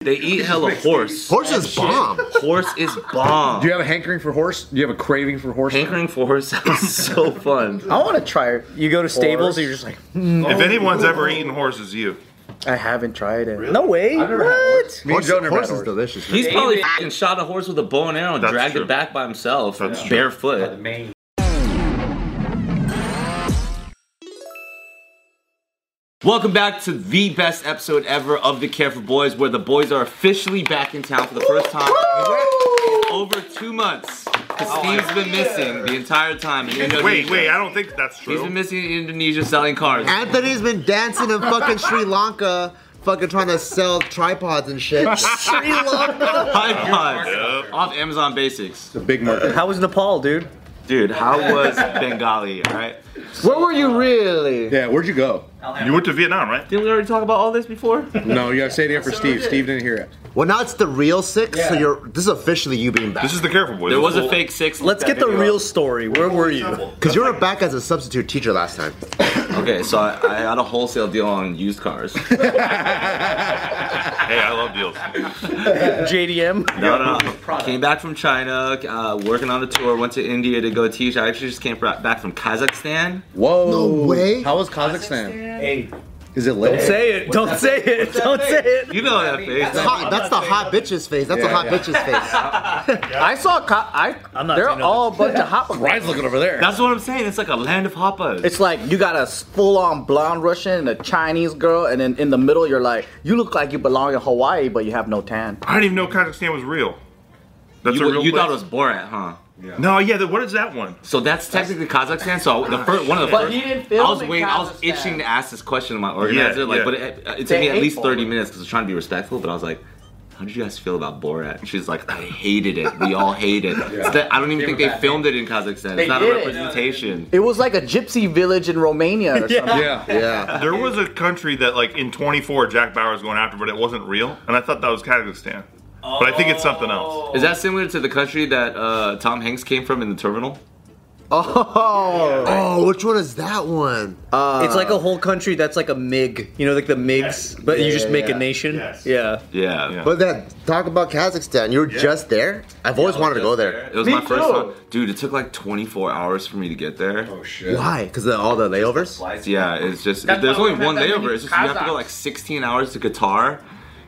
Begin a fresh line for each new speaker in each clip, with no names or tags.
They eat hella horse.
Horse is bomb.
Horse is bomb.
Do you have a hankering for horse? Do you have a craving for horse?
Hankering for horse sounds so fun.
I want to try it. You go to stables, and you're just like, mm.
If anyone's ever eaten horses, you.
I haven't tried it. No way. What?
Me and
Horse,
Joe never
horse
had
is
horse.
delicious.
He's probably fing shot a horse with a bow and arrow and
That's
dragged
true.
it back by himself,
That's true.
barefoot.
Maine.
Welcome back to the best episode ever of the Care for Boys, where the boys are officially back in town for the first time in over two months. 'Cause Steve's been missing the entire time in Indonesia.
Wait, wait, I don't think that's
He's been
true.
missing in Indonesia selling cars.
Anthony's been dancing in fucking Sri Lanka, fucking trying to sell tripods and shit. Sri Lanka.
iPods
Yep.
off Amazon Basics.
The big market.
How was Nepal, dude?
Dude, how was Bengali, all right?
Where were you really?
Yeah, where'd you go?
You went to Vietnam, right?
Didn't we already talk about all this before?
No, you gotta say it here for Steve. Steve didn't hear it.
Well, now it's the real six, so you're. This is officially you being back.
This is the careful boys.
There was a
Well,
fake six.
Let's get the real story. Where were you?
Because you were back as a substitute teacher last time.
Okay, so I, I had a wholesale deal on used cars.
Hey, I love deals.
JDM.
No, no, no. Came back from China, uh, working on a tour. Went to India to go teach. I actually just came fra- back from Kazakhstan.
Whoa.
No way.
How was Kazakhstan?
Hey,
Is it lit?
Say it. Don't say it. Don't say it.
You know that face.
That's, hot, that's the hot bitches face. That's a
Yeah,
hot
yeah.
bitches face.
I saw. Co- I.
I'm not
They're
saying
all a bunch of hot.
Ryan's looking over there.
That's what I'm saying. It's like a land of hoppas.
It's like you got a full-on blonde Russian and a Chinese girl, and then in the middle you're like, you look like you belong in Hawaii, but you have no tan.
I didn't even know Kazakhstan was real. That's a
you
real
you
place?
thought it was Borat, huh?
No, yeah, the, what is that one?
So that's technically Kazakhstan. So the first, one of the
But
first.
he didn't
I
film
was
in
waiting. I was
Kazakhstan.
itching uh, to ask this question to my organizer.
Yeah,
like,
yeah.
but it, it took
They
me at
hate
least 30
Borat.
minutes because I was trying to be respectful. But I was like. How did you guys feel about Borat? And she's like, I hated it. We all hate it. It's that- I don't even think they filmed it in Kazakhstan. It's not a
did.
representation.
It was like a gypsy village in Romania or something.
Yeah.
Yeah.
There was a country that, like, in 24, Jack Bauer was going after, but it wasn't real. And I thought that was Kazakhstan. But I think it's something else.
Is that similar to the country that uh, Tom Hanks came from in the terminal?
Oh,
Oh, which one is that one? Uh,
It's like a whole country that's like a MIG, you know, like the MIGs, but you just make
yeah.
a nation.
Yes.
Yeah.
Yeah.
Yeah.
But then talk about Kazakhstan. You were just there. I've always wanted to go there.
It was
Me
my first
too.
time. Dude, it took like 24 hours for me to get there.
Oh shit.
Why? Because of all the layovers.
Yeah, it's just,
That's
there's
why
only
we had
one
that many
layover. It's just, you have to go
Kazakhs.
like 16 hours to Qatar.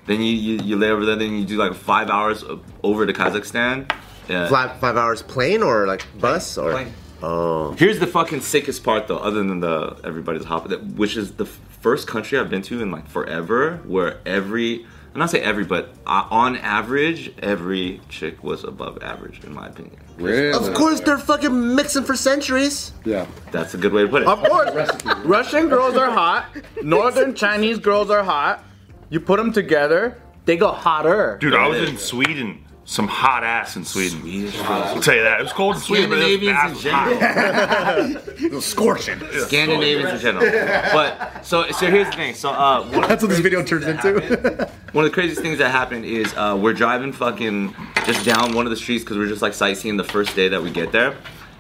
Then you, you, you lay over there, then you do like five hours o- over to Kazakhstan. Yeah.
Five, five hours plane or like bus or.
Plane.
Oh.
Here's the fucking sickest part though, other than the everybody's hopping, that- which is the f- first country I've been to in like forever where every, and not say every, but uh, on average, every chick was above average in my opinion.
Really?
Of course, they're fucking mixing for centuries.
Yeah.
That's a good way to put it.
of course. Russian girls are hot. Northern Chinese girls are hot. You put them together, they go hotter.
Dude, I was in Sweden. Some hot ass in Sweden.
Swedish
I'll tell you that. It was cold in Sweden, but it was
Scandinavians in
ass was hot.
Scorching.
Scandinavians in general. But so so here's the thing. So uh, one, of,
That's what this video turns into.
one of the craziest things that happened is uh, we're driving fucking just down one of the streets because we're just like sightseeing the first day that we get there,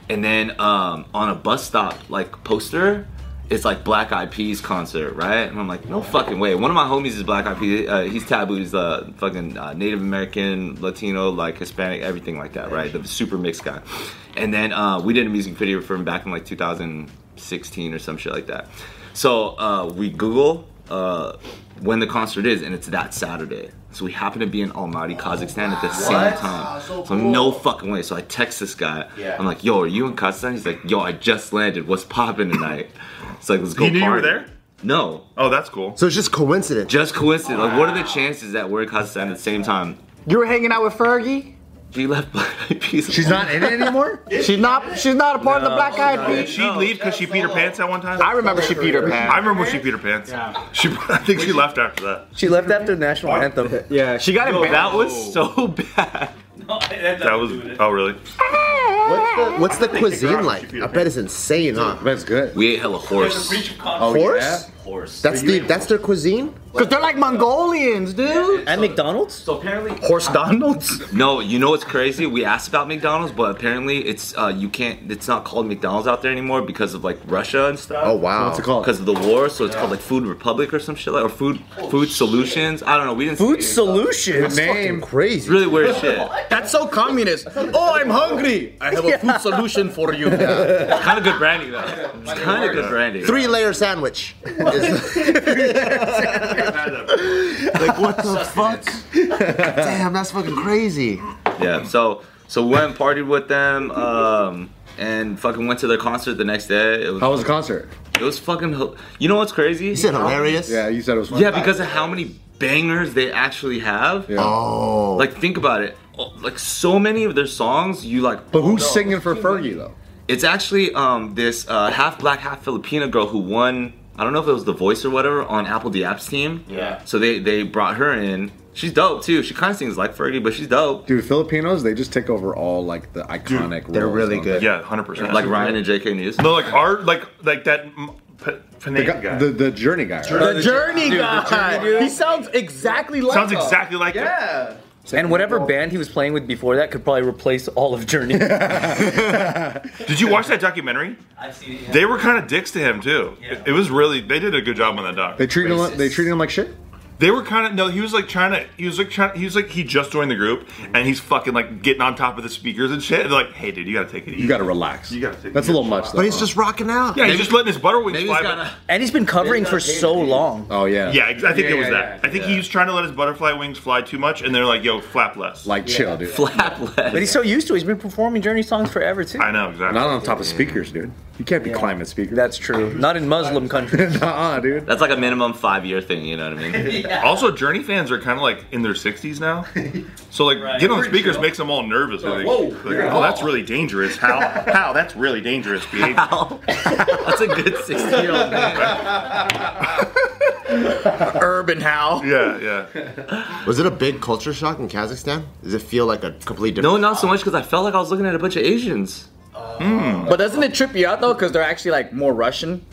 and then um, on a bus stop like poster. It's like Black Eyed Peas concert, right? And I'm like, no fucking way. One of my homies is Black Eyed Peas. Uh, he's taboo. He's a fucking uh, Native American, Latino, like Hispanic, everything like that, right? The super mixed guy. And then uh, we did a music video for him back in like 2016 or some shit like that. So uh, we Google uh, when the concert is, and it's that Saturday. So we happen to be in Almaty, Kazakhstan at the same time. so no fucking way. So I text this guy.
Yeah.
I'm like, yo, are you in Kazakhstan? He's like, yo, I just landed. What's popping tonight? It's like, let's go
You knew you were
party.
there?
No.
Oh, that's cool.
So it's just coincidence.
Just coincidence. Like, what are the chances that we're in Kazakhstan at the same time?
You were hanging out with Fergie.
She left Black Eyed Peas.
She's not in it anymore?
She's not. She's not a part of the Black Eyed
Did
Peas.
she leave because she peed her pants at one time?
I remember she beat her
I
pants.
remember when she peed her pants. She, I think she left after that.
She left after the national anthem.
Yeah, she got it.
Yo, that
back.
was so bad.
That was. Oh, really?
What's the, what's the
figure
cuisine
out
like?
if you-
I bet it's insane, huh?
That's good.
We ate hella horse.
Oh,
Horse?
yeah?
Horse.
That's the that's their cuisine.
Because they're like Mongolians, dude.
At McDonald's?
So apparently,
Horse Donalds?
no. You know what's crazy? We asked about McDonald's, but apparently it's uh, you can't. It's not called McDonald's out there anymore because of like Russia and stuff.
Oh wow.
What's it called?
Because of the war, so it's called like Food Republic or some shit like or Food Food Solutions. I don't know. We didn't.
Food
see it.
Solutions.
Name crazy.
Really weird shit.
That's so communist. Oh, I'm hungry. I have a food solution for you.
kind of good branding though. It's kind of good branding.
Three layer sandwich. like what the fuck? Damn, that's fucking crazy.
Yeah. So so we went and partied with them. Um, and fucking went to their concert the next day. It was,
How was the concert?
it was fucking. hil- You know what's crazy?
You said hilarious.
Yeah, you said it was fun.
Yeah, because of how many bangers they actually have.
Yeah.
Oh.
Like think about it. Oh, Like so many of their songs, you like.
But who's singing for Fergie though?
It's actually um this uh, half black, half Filipina girl who won. I don't know if it was The Voice or whatever on Apple Diap's team.
Yeah.
So they they brought her in. She's dope too. She kind of sings like Fergie, but she's dope.
Dude, Filipinos, they just take over all like the iconic.
they're
roles,
really
don't
good.
Yeah, hundred percent.
Like Ryan and JK News.
No, like our like like that. m- P-
they?
Panay
The, guy,
guy.
the the Journey guy. right?
The Journey
Dude, the
guy.
Journey dude.
he sounds exactly like
Sounds
him.
exactly like him.
Yeah.
And whatever band he was playing with before that could probably replace all of Journey.
Did you watch that documentary?
I've seen it. Yeah.
They were kind of dicks to him too.
Yeah.
It, it was really they did a good job on that doc.
They treat him. Like,
Racist.
they treat him like shit.
They were kind of no. He was like trying to. He was like trying. He was like he just joined the group and he's fucking like getting on top of the speakers and shit. And they're like, hey dude, you gotta take it easy.
You gotta relax.
You gotta take-
That's a little much. Though.
But he's just rocking out.
Yeah, he's just letting his butterwings
Maybe
fly.
he's
but-
gotta.
and he's been covering for so long.
Oh yeah.
yeah, ex- I think
Yeah,
it was
yeah,
that.
yeah,
I think
yeah.
he was trying to let his butterfly wings fly too much, and they're like, yo, flap less.
Like chill, dude.
Flap
But
less.
he's so used to it. He's been performing Journey songs forever, too.
I know exactly.
Not on top of speakers, dude. You can't be climbing speakers.
That's true. Not in Muslim countries.
Nah, dude.
That's like a minimum five year thing. You know what I mean?
Also, Journey fans are kind of like in their 60s now. So, like,
Right.
get on
Pretty
speakers
chill.
makes them all nervous. I think.
whoa,
Like, oh, that's really dangerous. How? How? That's really dangerous behavior.
Ow. That's a good sixty year old man.
Urban Hal.
yeah, yeah.
Was it a big culture shock in Kazakhstan? Does it feel like a complete
No,
different?
not so much because I felt like I was looking at a bunch of Asians.
But doesn't it trip you out though? Because they're actually like more Russian.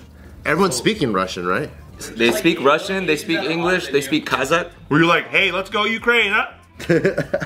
Everyone's speaking Russian, right?
They speak Russian. They speak English. They speak Kazakh.
Where you're like, hey, let's go Ukraine. Huh?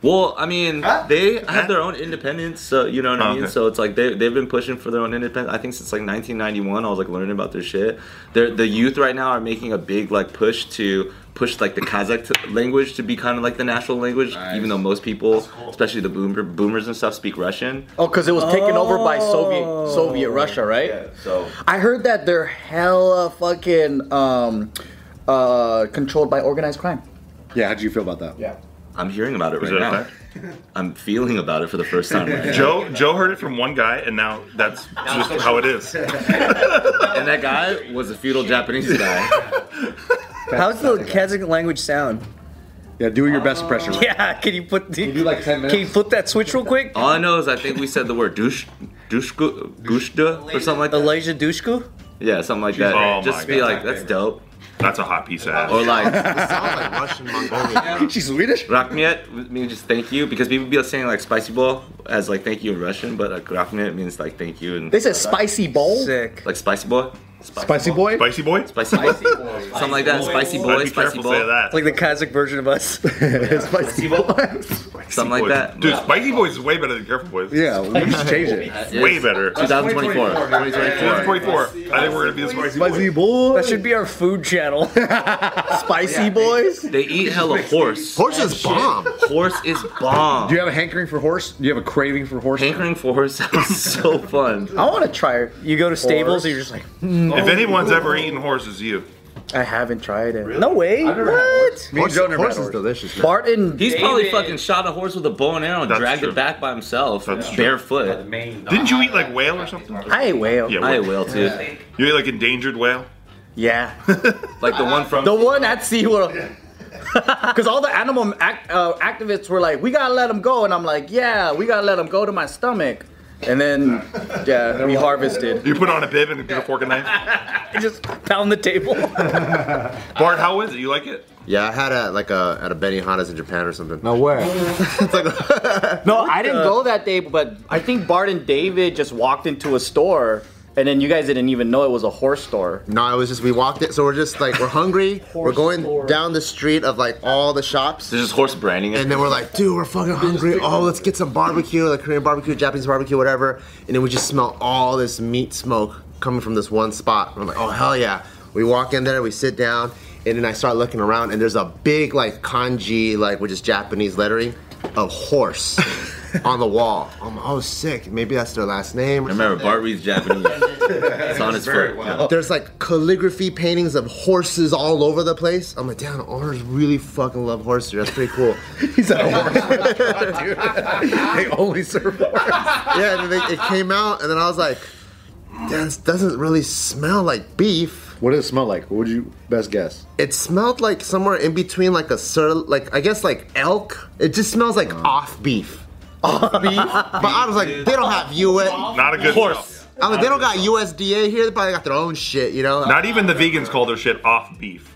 Well, I mean, they have their own independence, so you know what I
Oh,
mean.
okay.
So it's like they they've been pushing for their own independence. I think since like 1991, I was like learning about their shit. They're, the youth right now are making a big like push to push like the Kazakh t- language to be kind of like the national language, even though most people, especially the boomer, boomers and stuff, speak Russian.
Oh, because it was taken over by Soviet Soviet Russia, right?
So
Oh. I heard that they're hella fucking um, uh, controlled by organized crime.
Yeah, how'd you feel about that? Yeah.
I'm hearing about it
Is
right
that a
now.
fact?
I'm feeling about it for the first time, right now.
Joe Joe heard it from one guy, and now that's just how it is.
and that guy was a feudal Japanese guy.
How's the Kazakh language sound?
Yeah, do your best impression. right?
Yeah, can you put the,
do like 10
Can you
minutes?
flip that switch real quick?
All I know is I think we said the word douche, douche, gushda or something like that.
Elijah Dushku?
Yeah, something like that.
Oh my
just be
God.
like, that's dope.
That's a hot piece of ass.
Or like,
It sounds like Russian Mongolian.
She's Swedish.
rakmiet means just thank you because people be saying like spicy ball as like thank you in Russian, but like rakmiet means like thank you and
They said spicy bowl.
Sick.
like spicy boy,
Spicy boy.
Spicy boy.
spicy boy, something like that. Spicy
I'd
boy,
be
spicy
careful to say
boy,
that.
Like the Kazakh version of us.
Spicy boy.
something like
Boys.
that.
Dude, Spicy Boys is way better than Careful Boys.
Yeah, we just changed it.
Yes.
Way better.
2024. 2024.
2024. I think we're gonna be the Spicy,
Spicy
Boys.
boy.
That should be our food channel.
Spicy boys.
They eat hella horse.
Horses bomb.
Horse is bomb.
Do you have a hankering for horse? Do you have a craving for horse?
Hankering for horse sounds so fun.
I want to try it.
You go to Stables and you're just like,
If anyone's ever eaten horses, you.
I haven't tried it.
no way. What?
Me and Joe
Horses,
never had
horses
horse.
delicious. man.
Barton.
He's probably
David.
fucking shot a horse with a bow and arrow and
That's
dragged
true.
it back by himself,
That's true.
The
barefoot.
main
Didn't you eat like whale or something?
I ate whale.
Yeah,
I will
whale.
too.
You ate like endangered whale?
Yeah.
Like the one from
the one at SeaWorld. Because all the animal act, uh, activists were like, we gotta let him go. And I'm like, yeah, we gotta let him go to my stomach. And then, yeah, we harvested.
You put on a bib and get a fork and knife.
I just pound the table.
Bart, how is it? You like it?
Yeah, I had a like a at a Benihana's in Japan or something.
No way.
it's like
No, I didn't go that day, but I think Bart and David just walked into a store And then you guys didn't even know it was a horse store.
No, it was just we walked it. So we're just like we're hungry. we're going down the street of like all the shops.
There's just horse branding.
And then we're like, dude, we're fucking hungry. Oh, let's get some barbecue, like Korean barbecue, Japanese barbecue, whatever. And then we just smell all this meat smoke coming from this one spot. We're like, oh hell yeah. We walk in there, we sit down, and then I start looking around, and there's a big like kanji, like which is Japanese lettering, of horse on the wall. I'm like, oh sick. Maybe that's their last name. or
Remember, Bart reads Japanese. it's on his foot.
there's like calligraphy paintings of horses all over the place. I'm like, damn, owners really fucking love horses. That's pretty cool.
He's at a horse restaurant, dude. they only serve horse.
yeah, and then they, it came out, and then I was like, damn, this doesn't really smell like beef.
What does it smell like? What would you best guess?
It smelled like somewhere in between, like a sir, like I guess like elk. It just smells like
Uh-huh.
off beef. Off beef. but I was like, they don't have US. I
Not a good horse.
was like, they don't got USDA here. They probably got their own shit, you know.
Not even the vegans call their shit off beef.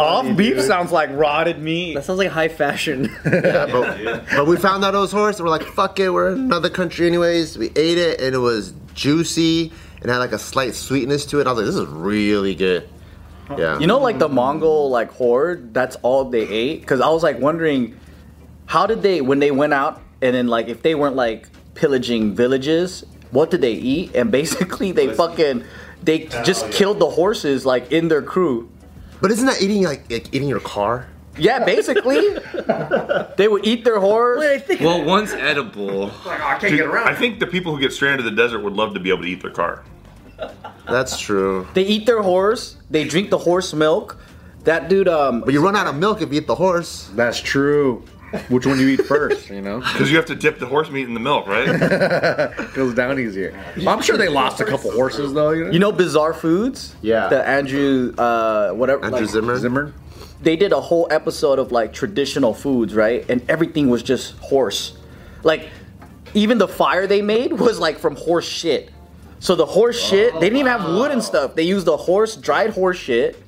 Off beef sounds like rotted meat.
That sounds like high fashion.
but, but we found out it was horse, and we're like, fuck it, we're in another country anyways. We ate it, and it was juicy and had like a slight sweetness to it. I was like, this is really good. Yeah.
You know, like the Mongol like horde, that's all they ate. Cause I was like wondering, how did they when they went out and then like if they weren't like pillaging villages, what did they eat? And basically they fucking they just killed the horses like in their crew.
but isn't that eating like, like eating your car?
Yeah, basically they would eat their horse.
Well, one's edible.
Dude, I think the people who get stranded in the desert would love to be able to eat their car.
That's true.
They eat their horse. They drink the horse milk. That dude, um,
But you run out of milk if you eat the horse.
That's true. Which one you eat first, you know?
Because you have to dip the horse meat in the milk, right?
Goes down easier. I'm sure they lost a couple horses though, you know?
you know, Bizarre Foods.
Yeah.
The Andrew, uh, whatever.
Andrew
like-
Zimmer.
Zimmer?
they did a whole episode of like traditional foods, right? And everything was just horse. Like even the fire they made was like from horse shit. So the horse shit, they didn't even have wood and stuff. They used the horse, dried horse shit.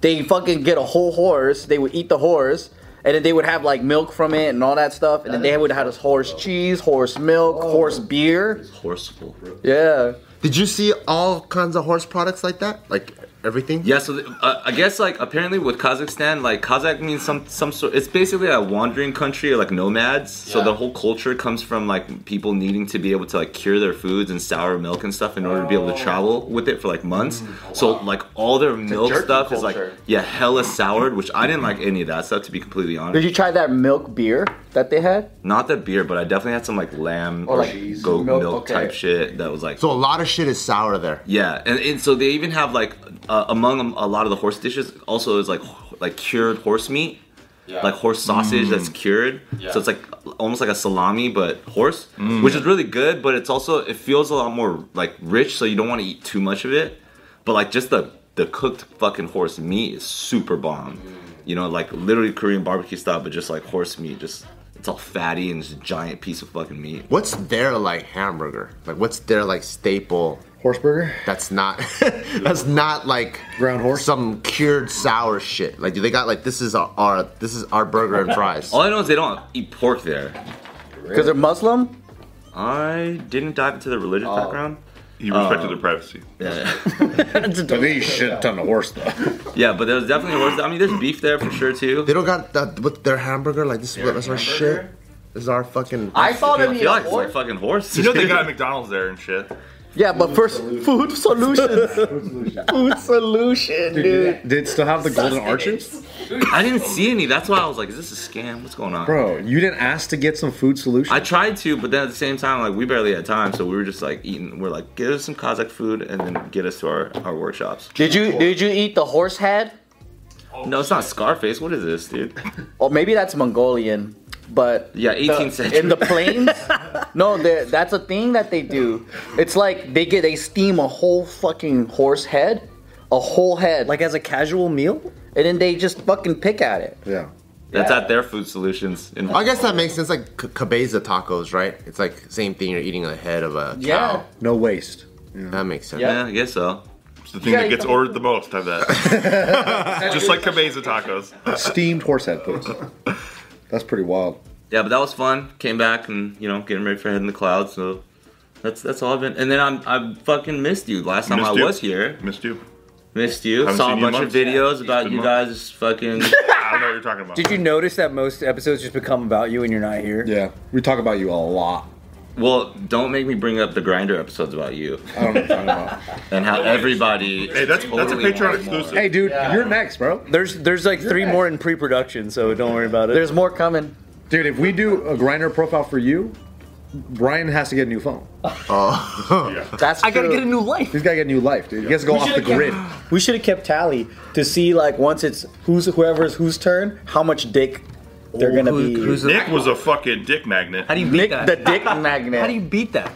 They fucking get a whole horse. They would eat the horse, and then they would have like milk from it and all that stuff. And then they would have this horse cheese, horse milk,
Oh.
horse beer.
Horseful.
Yeah.
Did you see all kinds of horse products like that? Like everything?
Yeah, so the, uh, I guess like apparently with Kazakhstan, like Kazakh means some some sort. It's basically a wandering country, like nomads. So the whole culture comes from like people needing to be able to like cure their foods and sour milk and stuff in order to be
Oh.
able to travel with it for like months.
Mm,
So like all their milk
jerky
stuff is like
culture.
yeah, hella soured, which I didn't like any of that stuff to be completely
Did
honest.
you try that milk beer that they had?
Not the beer, but I definitely had some like lamb
Or,
or
like,
goat
milk,
milk,
okay.
type shit that was like
So a lot of shit is sour there.
Yeah, and, and so they even have like uh, among a lot of the horse dishes also is like h- like cured horse meat, like horse sausage that's cured. So it's like almost like a salami but horse, which is really good. But it's also it feels a lot more like rich, so you don't want to eat too much of it. But like just the the cooked fucking horse meat is super bomb. You know, like literally Korean barbecue style, but just like horse meat, just it's all fatty and just a giant piece of fucking meat.
What's their like hamburger? Like what's their like staple?
Horse burger?
That's not. that's not like
Ground horse?
Some cured sour shit. Like do they got like this is our, our this is our burger and fries.
All I know is they don't eat pork there.
Because they're Muslim.
I didn't dive into the religious background.
You respected their privacy.
Um, Yeah.
But they eat shit ton of horse though.
yeah, but there's definitely horse. I mean, there's beef there for sure too.
They don't got that with their hamburger. Like this is what- that's our shit. This is our fucking.
I saw them
I
eat
feel like
a
it's like
horse.
fucking horse.
You know they got McDonald's there and shit.
Yeah, but first, food solutions. food solution, dude.
Did it still have the golden arches?
I didn't see any. That's why I was like, is this a scam? What's going on?
Bro, you didn't ask to get some food solution.
I tried to, but then at the same time, like we barely had time, so we were just like eating. We're like, get us some Kazakh food and then get us to our, our workshops.
Did you did you eat the horse head?
No, it's not Scarface. What is this, dude?
Or maybe that's Mongolian, but
Yeah, 18th
the,
century.
in the plains. no, they're- that's a thing that they do. It's like they get they steam a whole fucking horse head, a whole head, like
like as a casual meal?
and then they just fucking pick at it.
yeah.
That's at their food solutions. In-
I guess that makes sense. Like c- cabeza tacos, right? It's like same thing. You're eating a head of a.
Yeah.
No waste.
That makes sense.
yeah, I guess so.
It's the thing
Yeah,
that
you
gets
come-
ordered the most, I bet. Just like Cabeza tacos.
Steamed horse head, please. That's pretty wild.
Yeah, but that was fun. Came back and you know getting ready for head in the clouds. So That's that's all I've been. And then I'm I fucking missed you last time
Missed
I
you.
was here.
Missed you.
Missed you.
Haven't
Saw
seen
a
you in
bunch of
months.
videos about
been
you
months.
guys fucking.
I don't know what you're talking about.
Did you notice that most episodes just become about you and you're not here?
Yeah, we talk about you a lot.
well, don't make me bring up the grinder episodes about you
I don't know what you're talking about.
and how everybody.
Hey, that's that's a
totally wanted
Patreon
more.
exclusive.
Hey, dude, you're next, bro.
There's there's like three more in pre-production, so don't worry about it.
There's more coming.
Dude, if we do a grinder profile for you, Brian has to get a new phone.
That's
I gotta
true.
get a new life.
He's got to get a new life, dude. He has to go off the grid.
We should have kept tally to see like once it's who's whoever's whose turn, how much dick they're gonna be.
who's
Nick was a fucking dick magnet.
How do you beat that?
the dick
How do you
magnet.
beat that?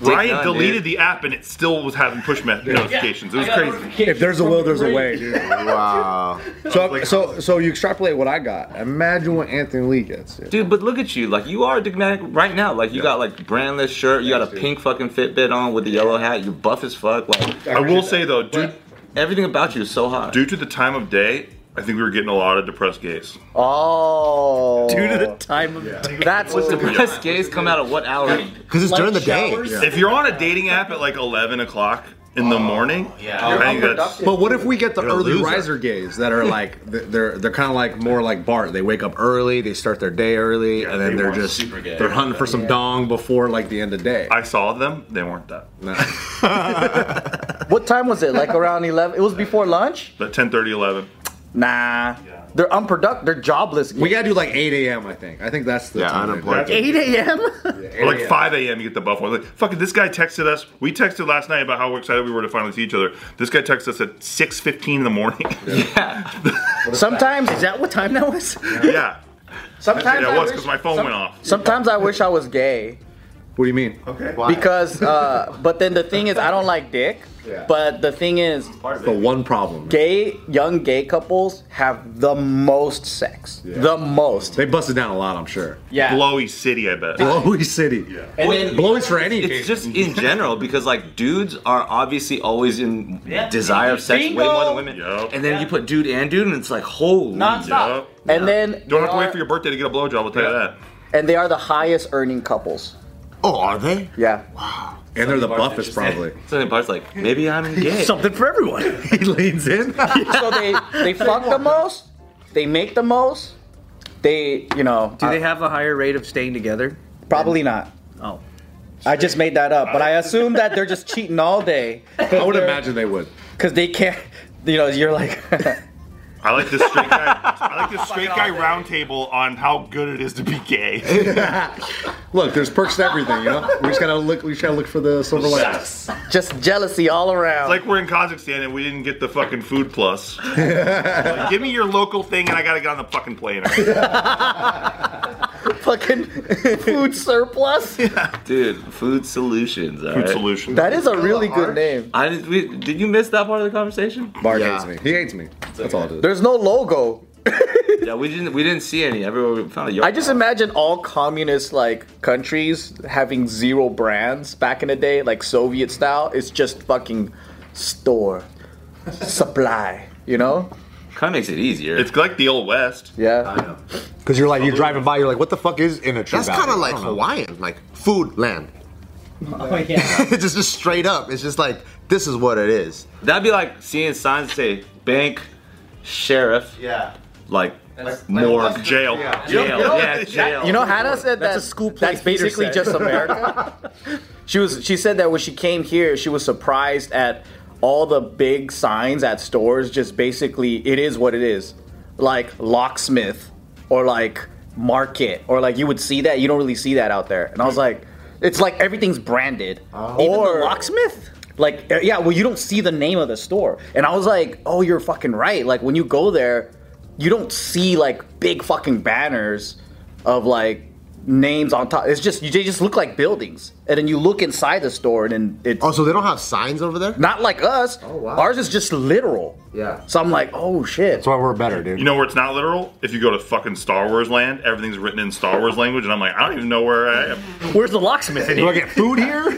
Ryan
done,
deleted
dude.
the app and it still was having push me- notifications. It was crazy.
If there's a will, there's a way, dude.
Wow.
So, so, so you extrapolate what I got. Imagine what Anthony Lee gets. Dude.
Dude, but look at you. Like you are digmatic right now. Like you got like brandless shirt. You got a pink fucking Fitbit on with the yellow hat. You're buff as fuck. Like
I will say though, due,
everything about you is so hot.
due to the time of day, I think we were getting a lot of depressed gays.
Oh,
Due to the time of day.
that's what's
the
the
best gays come out at what hour?
Because it's during the day.
If you're on a dating app at like 11 o'clock in the morning, Oh, yeah, I think that's
But what if we get the
a
early
loser.
riser gays that are like th- they're they're kind of like more like Bart. They wake up early, they start their day early, and then
they
they're
want
just
super gay.
they're hunting for some dong before like the end of day.
I saw them. They weren't that.
what time was it? Like around eleven? It was before lunch.
But 10, 11.
Nah, they're unproductive. They're jobless.
we gotta do like 8 a.m. I think. I think that's the
Yeah,
time.
unemployed.
Eight a.m.
Or like 5 a.m. you get the buff one. Like, fucking this guy texted us. We texted last night about how excited we were to finally see each other. This guy texted us at 6.15 in the morning.
Sometimes is that what time that was?
yeah.
Sometimes
Yeah, it
I
was
wish-
because my phone went off.
Sometimes I wish I was gay
What do you mean?
because, uh, but then the thing is, I don't like dick. But the thing is,
The one problem.
gay young gay couples have the most sex, the most.
They busted down a lot, I'm sure.
Yeah,
Blowy city, I bet.
Blowy City. Yeah.
and then
Blowy's for any
It's just in general because like dudes are obviously always in desire of sex way more than women.
Yup.
And then you put dude and dude, and it's like holy.
Yup.
and then
Don't have
they
to
are-
wait for your birthday to get a blowjob, I'll tell you that.
and they are the highest earning couples.
Oh, are they?
Yeah,
And they're the buffest probably.
Something parts like maybe I'm gay.
Something for everyone.
he leans in.
so they they fuck the most, they make the most, they you know uh,
Do they have a higher rate of staying together?
Probably not.
Oh.
I just made that up, but I assume that they're just cheating all day
I would imagine they would.
because they can't. You know, you're like,
I like this straight guy. I like this straight guy
eh?
roundtable on how good it is to be gay.
Look, there's perks to everything, you know? We just gotta look we just gotta look for the silver lining.
just jealousy all around.
like we're in Kazakhstan and we didn't get the fucking food plus. Like, give me your local thing and I gotta get on the fucking plane.
fucking food surplus.
Dude, food solutions. all
Food
right?
solution.
That is a really good name.
I did, we, did you miss that part of the conversation?
Bart
Yeah.
hates me. He hates me. That's all it is.
There's no logo.
yeah, we didn't. We didn't see any. Everywhere we found a yard.
I just imagine all communist like countries having zero brands back in the day, like Soviet style. It's just fucking store, supply. You know?
kind of makes it easier.
It's like the old west.
Yeah.
because you're like, you're driving by, you're like, what the fuck is in a tree?
That's kind of like Hawaiian, like food land. it's just, just straight up. It's just like, this is what it is.
That'd be like seeing signs that say bank, sheriff,
Yeah.
like morgue,
Jail.
jail. Yeah, jail.
You know, Hannah said that
That's a school play
That's
theater
basically
set.
just America. she was. She said that when she came here, she was surprised at all the big signs at stores. Just basically, it is what it is. Like locksmith, or like market, or like you would see that. You don't really see that out there. And I was like, it's like everything's branded. or locksmith. Like uh, yeah, well you don't see the name of the store, and I was like, oh, you're fucking right. Like when you go there, you don't see like big fucking banners of like names on top. It's just you, they just look like buildings, and then you look inside the store, and then it's
Oh, so they don't have signs over there?
not like us. Oh,
wow.
Ours is just literal.
Yeah.
So I'm like, oh shit.
That's why we're better, dude.
You know where it's not literal? If you go to fucking Star Wars land, everything's written in Star Wars language, and I'm like, I don't even know where I am.
Where's the locksmith?
Do I get food here?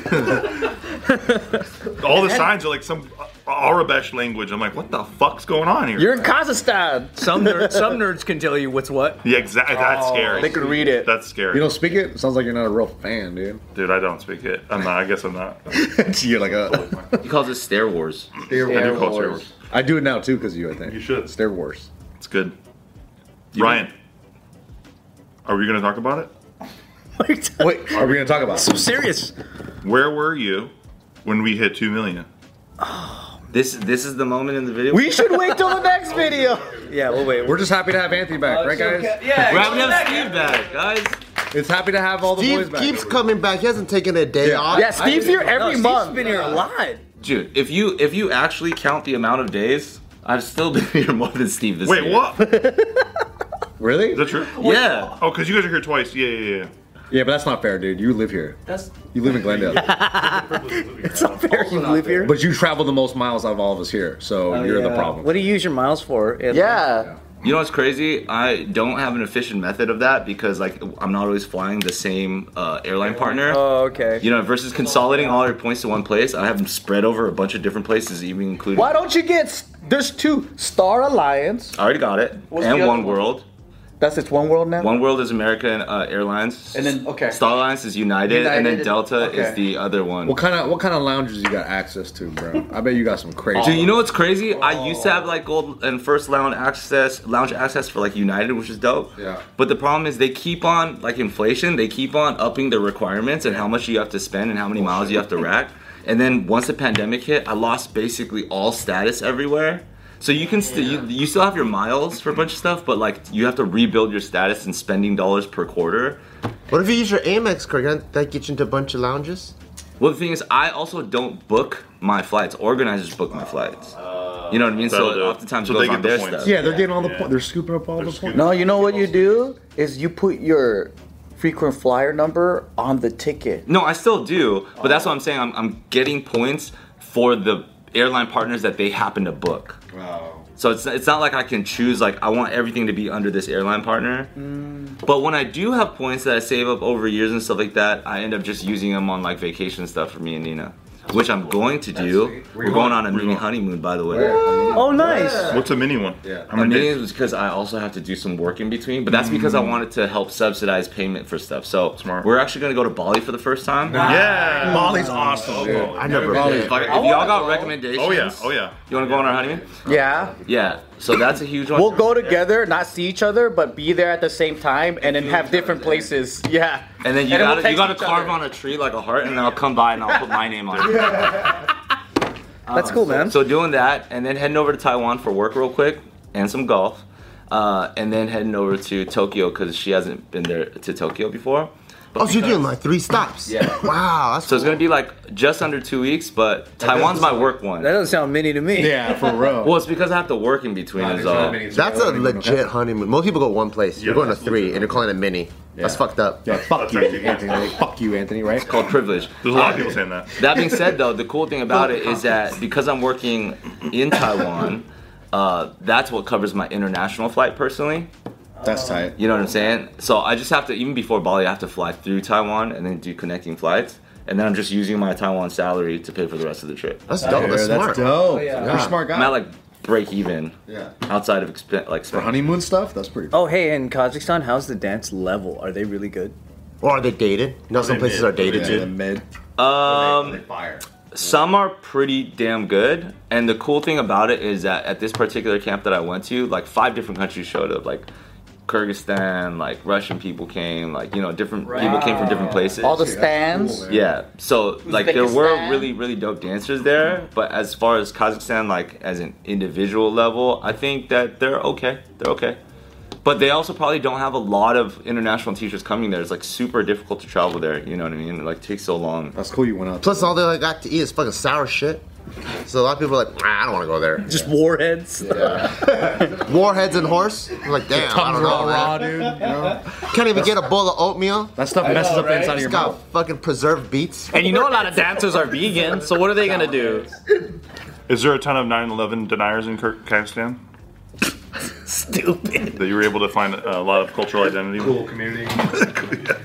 All the signs are like some Arabesh language. I'm like, what the fuck's going on here?
You're in Kazakhstan.
Some nerds, some nerds can tell you what's what.
yeah, exactly. That's scary.
Oh, They could read it.
That's scary.
You don't speak it? Sounds like you're not a real fan, dude.
Dude, I don't speak it. I'm not. I guess I'm not.
you're like a.
He calls it Stair Wars.
I do call it Star Wars.
I do it now too because of you, I think.
You should.
Star Wars.
It's good. Ryan, are we going to talk about it?
Wait, are we gonna talk about? it?
serious.
Where were you when we hit two million?
This this is the moment in the video.
We should wait till the next video.
Yeah, well, wait.
We're just happy to have Anthony back,
Uh,
right, guys?
Yeah,
We're happy to have Steve back, guys.
It's happy to have all the boys
Steve
back.
keeps coming back. He hasn't taken a day
Yeah.
off.
Yeah, Steve's here every month.
been here a lot.
Dude, if you if you actually count the amount of days, I've still been here more than Steve this
Wait,
year.
what? Is
really?
that true?
Yeah.
Oh, because you guys are here twice. Yeah, yeah, yeah.
Yeah, but that's not fair, dude. You live here.
That's
You live in Glendale,
You live here.
but you travel the most miles out of all of us here, so you're the problem.
Oh, What do you use your miles for? Anthony?
Yeah.
You know what's crazy? I don't have an efficient method of that because like I'm not always flying the same uh, airline partner.
Oh, okay.
You know, versus consolidating all your points to one place, I have them spread over a bunch of different places, even including.
Why don't you get? s- There's two Star Alliance.
I already got it. and One World.
That's it's one world now.
One World is American uh, Airlines.
And then- okay.
Star Alliance is United, and then
United-
Delta
okay.
is the other one.
What kind of what kind of lounges you got access to, bro? I bet you got some crazy.
Dude, you know what's crazy? I used to have like gold and first lounge access, lounge access for like United, which is dope.
Yeah.
But the problem is they keep on like inflation. They keep on upping the requirements and how much you have to spend and how many miles you have to rack. And then once the pandemic hit, I lost basically all status everywhere. So you can still you, you still have your miles for a bunch of stuff, but like you have to rebuild your status and spending dollars per quarter.
What if you use your Amex card? Can that get you into a bunch of lounges?
Well, the thing is, I also don't book my flights. Organizers book my flights. You know what I mean?
That'll
So
do
it
it.
oftentimes
So
goes
they get
on
the
their
points.
stuff.
yeah, they're getting all the po- they're scooping up all the
scooping-
points.
No, you know what you do is you put your frequent flyer number on the ticket.
No, I still do, but that's what I'm saying. I'm, I'm getting points for the airline partners that they happen to book.
Wow.
So it's it's not like I can choose like I want everything to be under this airline partner. But when I do have points that I save up over years and stuff like that, I end up just using them on like vacation stuff for me and Nina, which I'm going to do.
sweet.
We're going on a mini honeymoon, by the way.
Oh, nice.
What's a mini one?
Yeah.
How
I
many
mean,
days?
it was because I also have to do some work in between, but that's because I wanted to help subsidize payment for stuff. So
Smart.
we're actually going to go to Bali for the first time.
Yeah. Oh, Molly's awesome.
I never. been.
If, I- if y'all got recommendations,
Oh yeah. Oh yeah.
You want to go on our honeymoon?
Yeah.
Yeah. So that's a huge one.
We'll go together, not see each other, but be there at the same time and then have different places. Yeah.
And then you
And then
got to
we'll
you got to
text each
carve
other.
on a tree like a heart, and then I'll come by and I'll put my name on it.
That's cool, man.
So doing that, and then heading over to Taiwan for work real quick and some golf, uh, and then heading over to Tokyo because she hasn't been there to Tokyo before. But
Oh, so you're
because-
doing like three stops?
Yeah.
Wow. That's
So it's gonna be like just under two weeks, but Taiwan's my work one.
that doesn't sound mini to me.
Yeah, for real.
Well, it's because I have to work in between as well.
That's a legit honeymoon. Most people go one place. You're
Yeah,
going to
that's
three,
legit.
and you're calling it mini. That's fucked up.
Yeah, fuck
That's
you,
actually-
Anthony. Fuck you, Anthony. Right?
Called privilege. Uh,
There's a lot of people saying that.
That being said, though, the cool thing about it is that because I'm working in Taiwan, uh, that's what covers my international flight personally.
That's tight.
You know what I'm saying? So I just have to, even before Bali, I have to fly through Taiwan and then do connecting flights. And then I'm just using my Taiwan salary to pay for the rest of the trip.
That's dope. That's smart.
Oh,
dope. You're
Yeah.
a smart guy.
I'm at like break even
yeah.
outside of expen- like
For honeymoon stuff, that's pretty.
Oh, hey, in Kazakhstan, how's the dance level? Are they really good?
Or are they dated? You know, some places are dated
Yeah,
too.
the mid.
Um,
fire.
some are pretty damn good and the cool thing about it is that at this particular camp that i went to like five different countries showed up like kyrgyzstan like russian people came like you know different people came from different places
All the stands.
yeah so like there were
Uzbekistan.
really really dope dancers there but as far as kazakhstan like as an individual level i think that they're okay they're okay but they also probably don't have a lot of international teachers coming there it's like super difficult to travel there you know what i mean it like takes so long
That's cool. You went out.
Plus, all they like, got to eat is fucking sour shit. So a lot of people are like, "Ah, I don't want to go there. Just
Just warheads.
warheads and horse. I'm like, damn, I don't
tongues are
know,
all raw,
man.
dude. You know?
Can't even get a bowl of oatmeal.
That stuff messes up the inside of
It's
your
got
mouth.
fucking preserved beets.
And you know a lot of dancers are vegan, so what are they gonna do?
Is there a ton of 9/11 deniers in Kyrgyzstan? Stupid. That you were able to find a lot of cultural identity. Cool community.